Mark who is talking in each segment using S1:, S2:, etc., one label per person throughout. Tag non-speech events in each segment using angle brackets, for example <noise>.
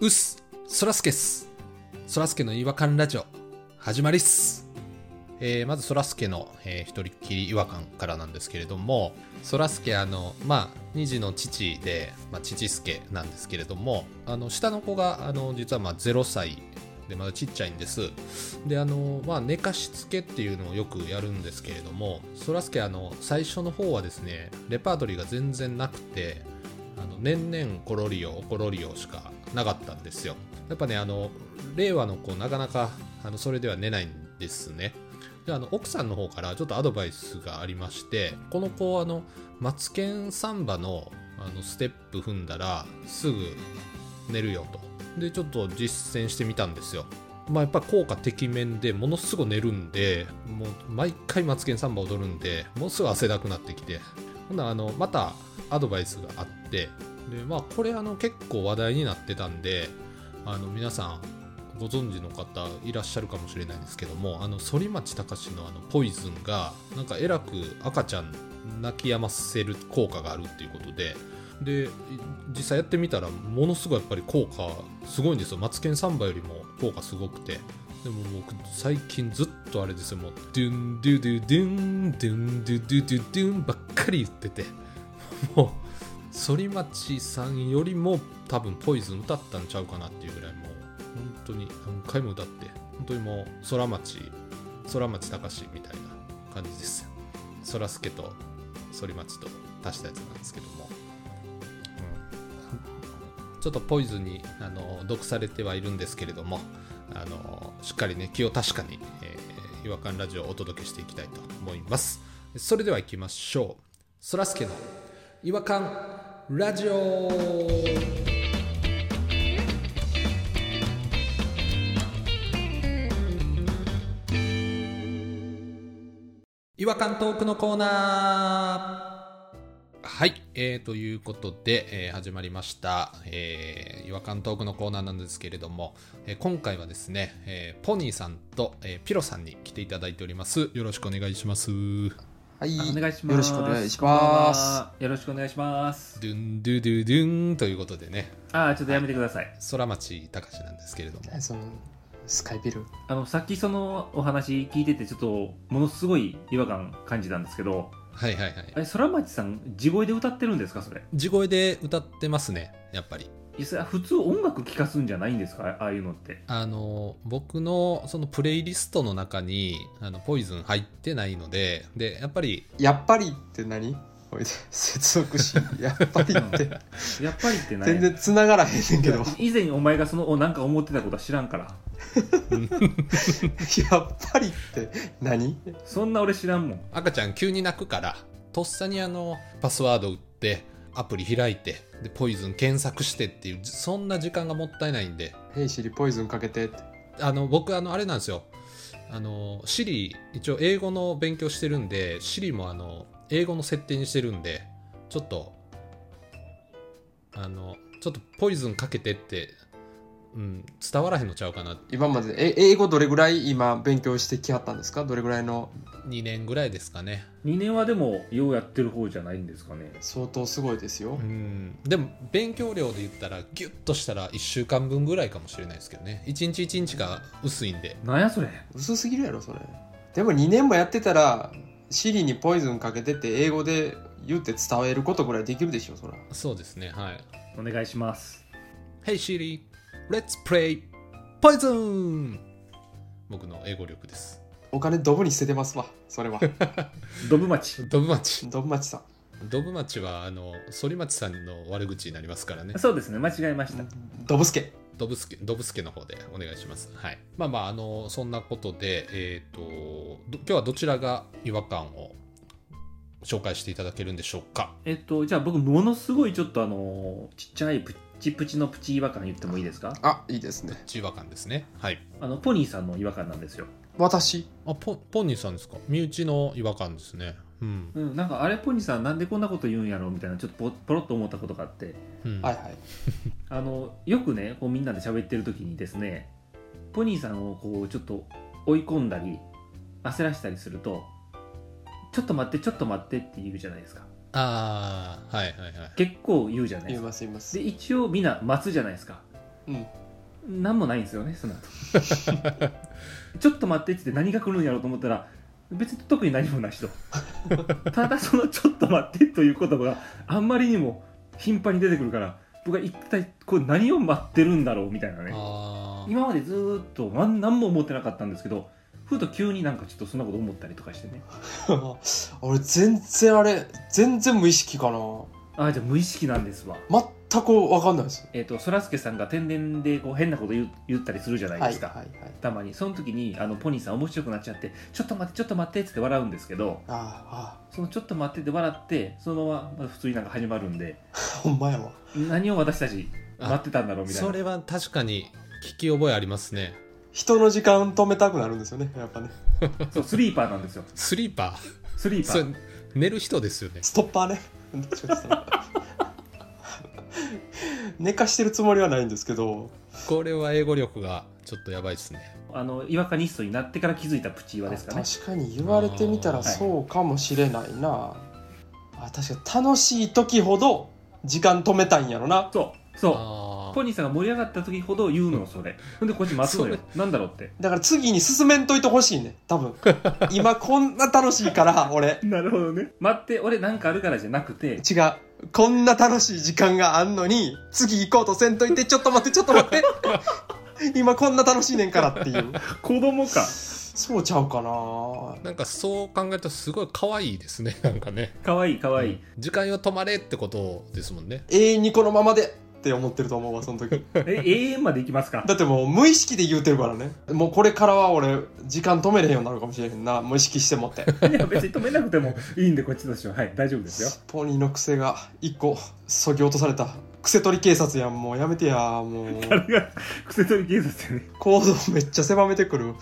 S1: うっす、そらすけっす。そらすけの違和感ラジオ、始まりっす。えーまずそらすけの、えー一人っきり違和感からなんですけれども、そらすけ、あの、まあ、二児の父で、まあ、父すけなんですけれども、あの、下の子が、あの、実はまあ、0歳で、まだちっちゃいんです。で、あの、まあ、寝かしつけっていうのをよくやるんですけれども、そらすけ、あの、最初の方はですね、レパートリーが全然なくて、あの年々コロリオ、コロリオしかなかったんですよ。やっぱね、あの、令和の子、なかなか、あの、それでは寝ないんですね。で、あの、奥さんの方からちょっとアドバイスがありまして、この子、あの、マツケンサンバの、あの、ステップ踏んだら、すぐ寝るよと。で、ちょっと実践してみたんですよ。まあ、やっぱ効果てきめんでものすごい寝るんでもう毎回「マツケンサンバ」踊るんでものすごい汗だくなってきてほんならあのまたアドバイスがあってで、まあ、これあの結構話題になってたんであの皆さんご存知の方いらっしゃるかもしれないんですけどもあの反町隆史のあのポイズンがなんかえらく赤ちゃん泣き止ませる効果があるっていうことででい実際やってみたらものすごいやっぱり効果すごいんですよマツケンサンバよりも効果すごくてでも僕最近ずっとあれですよもうドゥンドゥドゥドゥンドゥンドゥドゥドゥドゥンばっかり言っててもう反町さんよりも多分ポイズン歌ったんちゃうかなっていうぐらいもう本当に何回も歌って本当にもう空町空町隆史みたいな感じですよ空助と反町と足したやつなんですけども、うんちょっとポイズンにあの毒されてはいるんですけれどもあのしっかりね気を確かに、えー違和感ラジオをお届けしていきたいと思いますそれでは行きましょうそらすけの違和感ラジオ違和感トークのコーナーはい、えー、ということで、えー始まりました、えー違和感トークのコーナーなんですけれども、えー今回はですね、えーポニーさんと、えーピロさんに来ていただいておりますよろしくお願いします
S2: はい、
S3: お願いします。
S2: よろしくお願いします。
S3: す。よろしくお願いします。
S1: ドゥンドゥドゥドゥンということでね
S3: あー、ちょっとやめてください。
S1: 空町隆史なんですけれども
S2: 何そのスカイビル。
S3: あの、さっきそのお話聞いてて、ちょっと、ものすごい違和感感じたんですけど、
S1: はいはいはい
S3: あれ、空町さん、地声で歌ってるんですか、それ。
S1: 地声で歌ってますねやっぱり
S3: いや、それ普通音楽聴かすんじゃないんですか、ああいうのって。
S1: あの僕のそのプレイリストの中にあのポイズン入ってないのででやっぱり
S2: やっぱりって何おい接続詞。やっぱりって。
S3: やっぱりってない。
S2: <laughs> 全然繋がらへんねんけど。
S3: 以前お前がその、お、なんか思ってたことは知らんから。
S2: <laughs> やっぱりって何
S3: そんな俺知らんもん。
S1: 赤ちゃん急に泣くからとっさにあのパスワード打ってアプリ開いてでポイズン検索してっていうそんな時間がもったいないんで
S2: ヘイシリポイズンかけてって。
S1: あの僕あのあれなんですよあの Siri 一応英語の勉強してるんで Siri もあの英語の設定にしてるんでちょっとあのちょっとポイズンかけてって、うん、伝わらへんのちゃうかな
S2: 今までえ英語どれぐらい今勉強してきはったんですかどれぐらいの
S1: 2年ぐらいですかね
S3: 2年はでも、ようやってる方じゃないんですかね。
S2: 相当すごいですよ
S1: う。んでも勉強量で言ったらギュッとしたら1週間分ぐらいかもしれないですけどね1日1日が薄いんで
S3: なんやそれ。
S2: 嘘すぎるやろそれ。でも2年もやってたらシリにポイズンかけてって英語で言って伝えることぐらいできるでしょそら。
S1: そうですねはい
S3: お願いします。
S1: Hey Siri Let's play Poison 僕の英語力です
S2: お金ドブに捨ててますわ。そ <laughs> れは。
S3: ドブ町。
S2: <laughs>
S1: ドブマチ
S2: ドブマチさん。
S1: ドブ町はあの反町さんの悪口になりますからね
S3: そうですね、間違えました。
S2: ドブスケ。
S1: ドブスケドブスケの方でお願いしますはいまあまああのそんなことでえっ、とど今日はどちらが違和感を紹介していただけるんでしょうか
S3: えっと、じゃあ僕、ものすごいちょっとあの、ちっちゃいプチプチのプチ違和感言ってもいいですか
S2: あ、いいですね。
S1: 違和感ですねはい
S3: あの、ポニーさんの違和感なんですよ。
S2: 私。
S1: あポポニーさんですか身内の違和感ですねうん、
S3: うん、なんかあれ、ポニーさんなんでこんなこと言うんやろみたいな、ちょっとポポロッと思ったことがあって、
S1: うん
S2: はいはい。
S3: あの、よくね、こうみんなで喋ってる時にですね、ポニーさんをこう、ちょっと追い込んだり、焦らしたりすると、ちょっと待って、ちょっと待ってって言うじゃないですか。
S1: ああはいはいはい
S3: 結構言うじゃないで
S2: 言い
S3: すか。
S2: ます言います
S3: で、一応みんな待つじゃないですか。
S2: うん <laughs>
S3: 何もないんですよねその後 <laughs> ちょっと待ってって言って何が来るんやろうと思ったら別に特に何もなしと <laughs> ただそのちょっと待ってという言葉があんまりにも頻繁に出てくるから僕は一体これ何を待ってるんだろうみたいなね
S1: あー
S3: 今までずーっとま何も思ってなかったんですけどふと急になんかちょっとそんなこと思ったりとかしてね
S2: 俺全然あれ全然無意識かな
S3: ああじゃあ無意識なんですわ
S2: 全く分かんないです
S3: えっ、とそらすけさんが天然でこう変なこと言う言ったりするじゃないですか、
S2: はいはいはい
S3: たまにその時にあのポニーさん面白くなっちゃって「ちょっと待ってちょっと待って」っつって笑うんですけど
S2: あ
S3: その「ちょっと待って」で笑ってそのまままあ普通になんか始まるんで
S2: あほんまやわ
S3: 何を私たち待ってたんだろうみたい
S1: そ
S3: な
S1: れは確かに聞き覚えありますね
S2: 人の時間止めたくなるんですよねやっぱね
S3: そうスリーパーなんですよ
S1: スリーパ
S3: スリ
S1: ー
S3: ーパ
S1: それ
S3: ー
S1: 寝る人ですよね
S2: ストッパーね <laughs> 寝かしてるつもりはないんですけど
S1: これは英語力がちょっとやばいですね
S3: あの違和感ニストになってから気づいたプチ違和ですかね
S2: 確かに言われてみたらそうかもしれないな、あ確かに楽しい時ほど時間止めたいんやろな
S3: そうそう
S1: あ
S3: ポニーさんが盛り上がった時ほど言うのそれほんでこっち待つのよなんだろうって
S2: だから次に進めんといてほしいね多分今こんな楽しいから俺
S3: なるほどね待って俺なんかあるからじゃなくて
S2: 違うこんな楽しい時間があんのに次行こうとせんといてちょっと待ってちょっと待って今こんな楽しいねんからっていう
S3: 子供か
S2: そうちゃうかな
S1: あなんかそう考えるとすごい可愛いですね <laughs> なんかね
S3: かわいいかわいい、
S1: 時間よ止まれってことですもんね
S2: 永遠にこのままでって思ってると思うわその時
S3: え永遠まで行きますか <laughs>
S2: だってもう無意識で言うてるからねもうこれからは俺時間止めれへんようになるかもしれへんな無意識してもって
S3: いや別に止めなくてもいいんでこっちとしてははい大丈夫ですよ
S2: ポニーの癖が一個そぎ落とされた癖取り警察やんもうやめてやもう
S3: 誰が癖取り警察やね
S2: 行動めっちゃ狭めてくる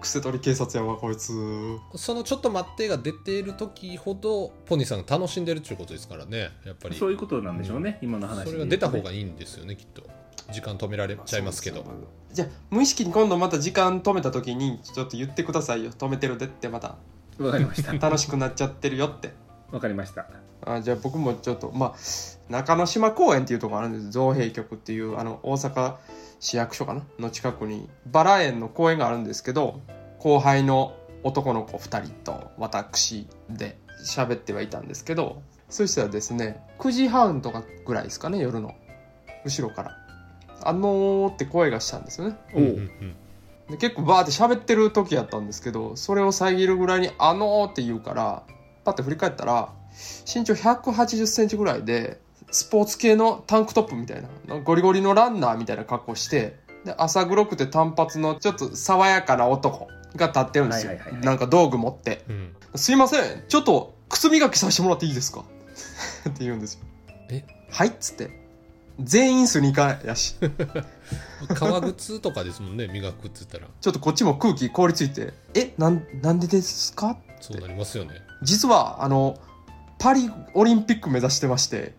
S2: 癖取り警察やわこいつ
S1: そのちょっと待ってが出ている時ほどポニーさんが楽しんでるっていうことですからねやっぱり
S3: そういうことなんでしょうね、今の話
S1: それが出た方
S3: い
S1: がいいんですよねきっと時間止められちゃいますけど
S2: そうですじゃあ無意識に今度また時間止めた時にちょっと言ってくださいよ止めてるでってまた
S3: いわかりました
S2: 楽しくなっちゃってるよって
S3: わかりました
S2: あじゃあ僕もちょっとまあ中之島公園っていうところあるんです造幣局っていうあの大阪市役所かなの近くにバラ園の公園があるんですけど後輩の男の子2人と私で喋ってはいたんですけどそしたらですね9時半とかぐらいですかね夜の後ろから「あのー」って声がしたんですよね
S3: おう
S1: うんうん
S2: で結構バーって喋ってる時やったんですけどそれを遮るぐらいに「あのー」って言うからパッて振り返ったら身長1 8 0センチぐらいでスポーツ系のタンクトップみたいなゴリゴリのランナーみたいな格好してで朝黒くて短髪のちょっと爽やかな男が立ってるんですよ
S3: はいはいはいはい
S2: なんか道具持って
S1: うんうん
S2: 「すいませんちょっと靴磨きさせてもらっていいですか? 」 <laughs> って言うんですよ
S1: え
S2: はいっつって全員スニーカーやし
S1: 革靴とかですもんね磨くっつったら
S2: ちょっとこっちも空気凍りついて「えなんなんでですか?」
S1: そうなりますよね
S2: 実はあのパリオリンピック目指してまして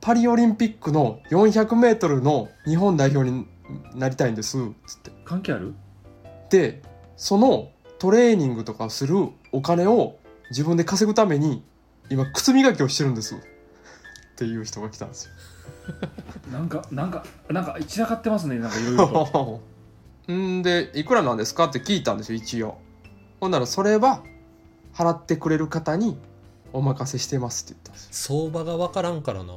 S2: パリオリンピックの 400m の日本代表になりたいんですつって
S3: 関係ある
S2: でそのトレーニングとかをするお金を自分で稼ぐために今靴磨きをしてるんですっていう人が来たんですよ
S3: なんかなんかなんか散らかってますねなんかいろいろ
S2: <laughs>
S3: と
S2: んでいくらなんですかって聞いたんですよ一応ほんならそれは払ってくれる方にお任せしてますって言ったんです
S1: 相場が分からんからな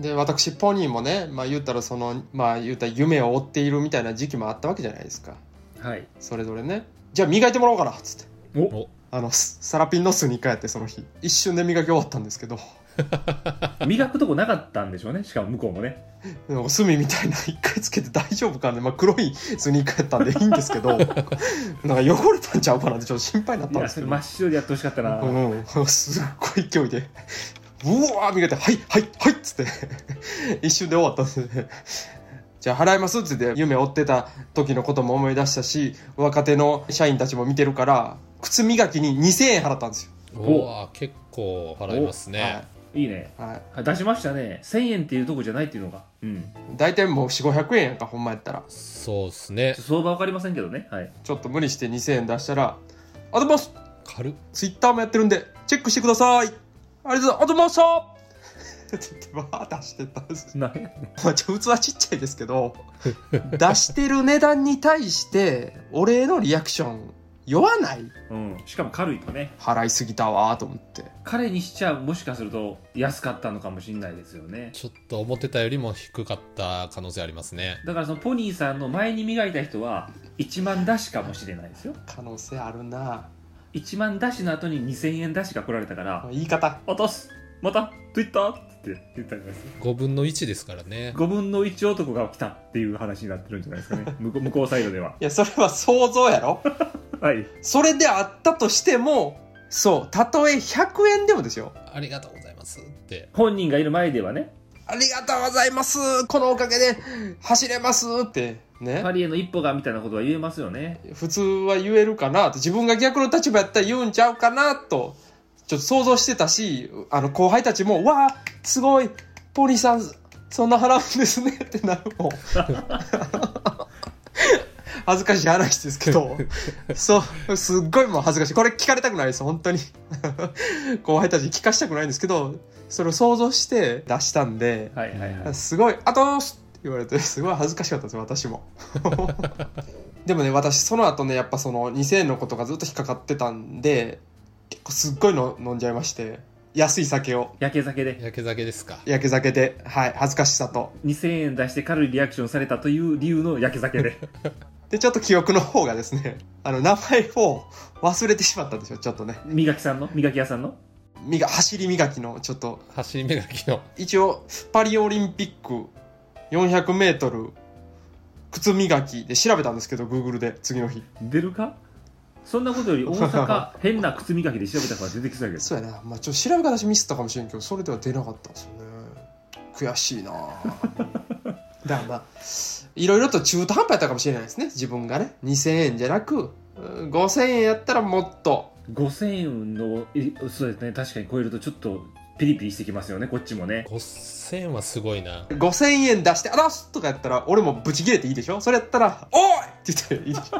S2: で私ポニーもね、まあ、言ったらそのまあ言ったら夢を追っているみたいな時期もあったわけじゃないですか
S3: はい
S2: それぞれねじゃあ磨いてもらおうかなっつって
S3: お
S2: あのスサラピンのスニーカーやってその日一瞬で磨き終わったんですけど
S3: 磨くとこなかったんでしょうねしかも向こうもね
S2: でも隅みたいな一回つけて大丈夫かな、まあ、黒いスニーカーやったんでいいんですけどなんか汚れたんちゃうかなってちょっと心配になっ
S3: い
S2: たん
S3: や
S2: です
S3: そ
S2: け
S3: れ
S2: ど
S3: 真っ白でやってほしかったな、
S2: うん、 <laughs> すっごい勢いでうわー磨いて「はいはいはい」っつって一瞬で終わったんですねじゃあ払いますっつって夢追ってた時のことも思い出したし若手の社員たちも見てるから靴磨きに2000円払ったんですよ、
S1: うわ結構払いますね
S3: いいね
S2: はいはい、
S3: あ出しましたね1000円っていうとこじゃないっていうのがうん
S2: 大体もう4500円やんかほんまやったら
S1: そうっすね
S3: 相場わかりませんけどねはい
S2: ちょっと無理して2000円出したら「あとます
S1: 軽っ
S2: ツイッターもやってるんでチェックしてくださいありがとうございますありがとうございましたって言ってバーッ出してったんです
S3: なんやね
S2: まあ、ちょ器ちっちゃいですけど出してる値段に対して俺へのリアクション酔わない
S3: うん、しかも軽いとね
S2: 払いすぎたわと思って
S3: 彼にしちゃもしかすると安かったのかもしれないですよね
S1: ちょっと思ってたよりも低かった可能性ありますね。
S3: だからそのポニーさんの前に磨いた人は1万ダッシュかもしれないですよ
S2: 可能性あるな
S3: 1万ダッシュの後に2000円ダッシュが来られたから
S2: 言い方
S3: 「落とすまた Twitter!」って言ったんですよ
S1: 5分の1ですからね。
S3: 5分の1男が来たっていう話になってるんじゃないですか <laughs> ね向こう向こうサイドでは
S2: いやそれは想像やろ
S3: はい
S2: それであったとしてもそうたとえ100円でもですよ
S1: ありがとうございますって。
S3: 本人がいる前ではね
S2: ありがとうございますこのおかげで走れますってね
S3: パリへの一歩がみたいなことは言えますよね
S2: 普通は言えるかなと自分が逆の立場やったら言うんちゃうかなとちょっと想像してたしあの後輩たちも「わあすごいポニーさんそんな払うんですね」 <laughs> ってなるもん恥ずかしい話ですけどそうすっごいもう恥ずかしいこれ聞かれたくないです本当に <laughs> 後輩たちに聞かしたくないんですけどそれを想像して出したんで
S3: はいはいはい
S2: すごい「あとーす!」って言われてすごい恥ずかしかったです私もでもね私その後ねやっぱその2000円のことがずっと引っかかってたんで結構すっごいの飲んじゃいまして安い酒を
S3: やけ酒で
S1: やけ酒ですか。
S2: 焼け酒ではい恥ずかしさと
S3: 2000円出して軽いリアクションされたという理由のやけ酒 <laughs> で
S2: でちょっと記憶の方がですねあの名前を忘れてしまったんですよちょっとね
S3: 磨きさんの磨き屋さんの
S2: みが走り磨きのちょっと
S1: 走り目がきの。
S2: 一応パリオリンピック 400m 靴磨きで調べたんですけど Google で次の日
S3: 出るかそんなことより大 <laughs> 阪変な靴磨きで調べたから出てきそうやけど
S2: そうやな、まあ、ちょっと調べ方しミスったかもしれんけどそれでは出なかったんですよね悔しいなあだからまあいろいろと中途半端やったかもしれないですね自分がね2000円じゃなくうん5000円やったらもっと
S3: 5000円のいそうですね確かに超えるとちょっとピリピリしてきますよねこっちもね
S1: 5000はすごいな。
S2: 5000円出して「あらす!」とかやったら俺もブチ切れていいでしょそれやったら「おい!」って言っていいでしょ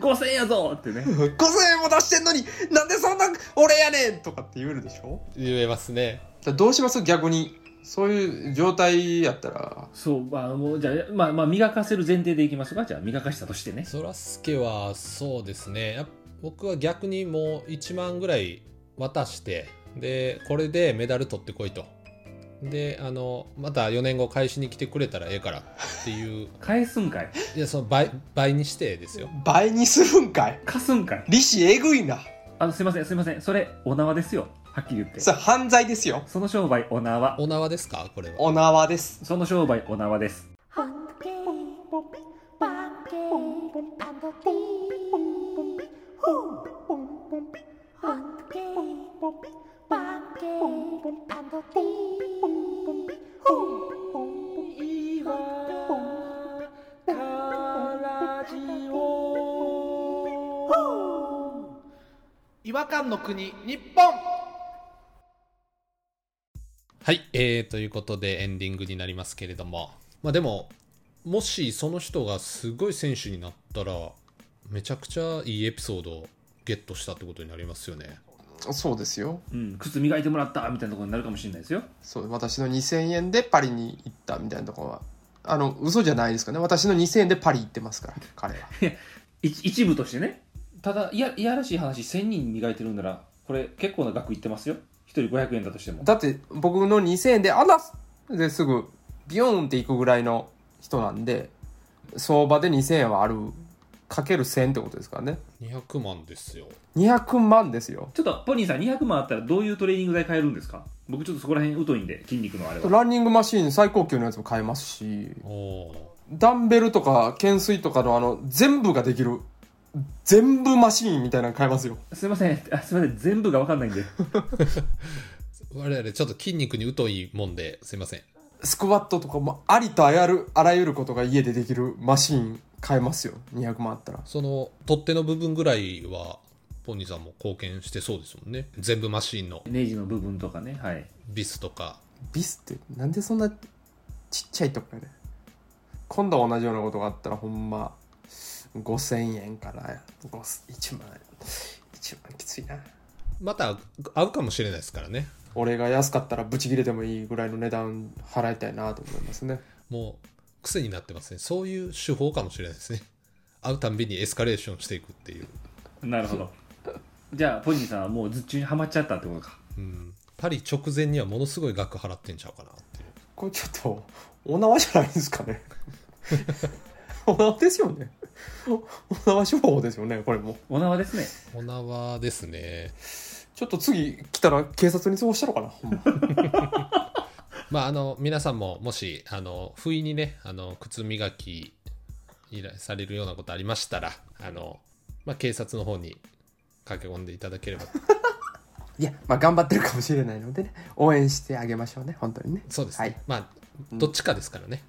S3: 5000円やぞってね
S2: 5000円も出してんのになんでそんな俺やねんとかって言えるでしょ
S1: 言えますね。
S2: だからどうします逆にそういう状態やったら
S3: そうまあもうじゃあまあまあ磨かせる前提でいきますかじゃあ磨かしたとしてね
S1: そらすけはそうですねやっ僕は逆にもう1万ぐらい渡してでこれでメダル取ってこいとであのまた4年後返しに来てくれたらええからっていう <laughs>
S3: 返すんかい
S1: いやその倍倍にしてですよ
S2: 倍にするんかい
S3: 貸すんかい
S2: 利子えぐいな
S3: あのすいませんすいませんそれお縄ですよはっきり言って
S2: それ犯罪ですよ
S3: その商売お縄
S1: お縄ですかこれは
S2: お縄です
S3: その商売お縄です
S4: Hunky,
S5: 違和感の国日本
S1: はいえー、ということでエンディングになりますけれどもまあでももしその人がすごい選手になったらめちゃくちゃいいエピソードをゲットしたってことになりますよね
S2: そうですよ
S3: うん、靴磨いてもらったみたいなところになるかもしれないですよ
S2: そう私の2000円でパリに行ったみたいなところはあの嘘じゃないですかね私の2000円でパリ行ってますから彼 <laughs> は
S3: 一一部としてねただいやいやらしい話1000人磨いてるんならこれ結構な額いってますよ1人500円だとしても
S2: だって僕の2000円で「あら!」ですぐビヨーンって行くぐらいの人なんで相場で2000円はあるかける1000ってことですからね
S1: 200万ですよ
S2: 200万ですよ
S3: ちょっとポニーさん200万あったらどういうトレーニング代買えるんですか僕ちょっとそこら辺疎いんで筋肉のあれは
S2: ランニングマシーン最高級のやつも買えますし
S1: おお
S2: ダンベルとか懸垂とかのあの全部ができる全部マシーンみたいなの買えますよ
S3: <laughs> すいませんあすいません全部が分かんないんで
S1: 我々ちょっと筋肉に疎いもんですいません
S2: スクワットとかもありとあらゆるあらゆることが家でできるマシーン買えますよ200万あったら
S1: その取っ手の部分ぐらいはポニーさんも貢献してそうですもんね全部マシンの
S3: <laughs> ネジの部分とかねはい
S1: ビスとか
S2: ビスってなんでそんなちっちゃいとこやねん今度同じようなことがあったらほんま5000円かなご1万1万きついな
S1: また合うかもしれないですからね
S2: 俺が安かったらブチ切れてもいいぐらいの値段払いたいなと思いますね
S1: もう癖になってますねそういう手法かもしれないですね会うたんびにエスカレーションしていくっていう、
S3: なるほど <laughs> じゃあポニーさんはもうずっちゅうにはまっちゃったってことか
S1: うん、パリ直前にはものすごい額払ってんちゃうかなっていう
S2: これちょっとお縄じゃないですかね <laughs> お縄ですよねお縄手法ですよねこれも
S3: お縄ですね
S1: お縄ですね
S2: ちょっと次来たら警察に通報したのかなほんま
S1: まああの皆さんももしあの不意にねあの靴磨き依頼されるようなことありましたらあの、まあ、警察の方に駆け込んでいただければ
S2: <laughs> いや、まあ、頑張ってるかもしれないのでね、応援してあげましょうね、本当にね。
S1: そうですね、
S2: はい
S1: まあどっちかですからね、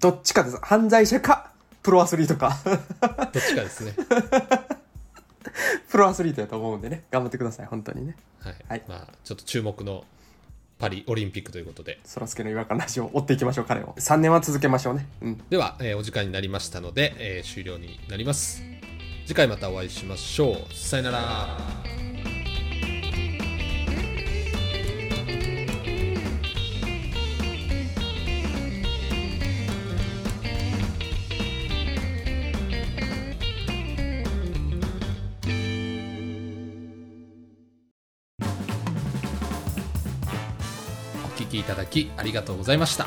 S2: どっちかです。犯罪者か、プロアスリートか。 <laughs>
S1: どっちかですね
S2: プロアスリートやと思うんでね、頑張ってください、本当にね。
S1: はい、
S2: <laughs> はい
S1: まあちょっと注目のパリオリンピックということで
S2: そらすけの違和感ラジオを追っていきましょう、彼を。3年は続けましょうね。うん。
S1: では、えーお時間になりましたので、えー終了になります次回またお会いしましょうさよならお聞きいただきありがとうございました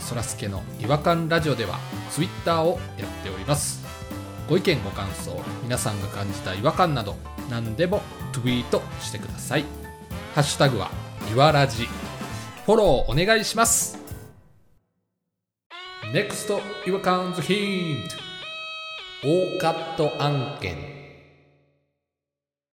S1: そらすけの違和感ラジオではツイッターをやっておりますご意見ご感想皆さんが感じた違和感など何でもツイートしてくださいハッシュタグはいわらじフォローお願いします NEXT 違和感ズヒント大カット案件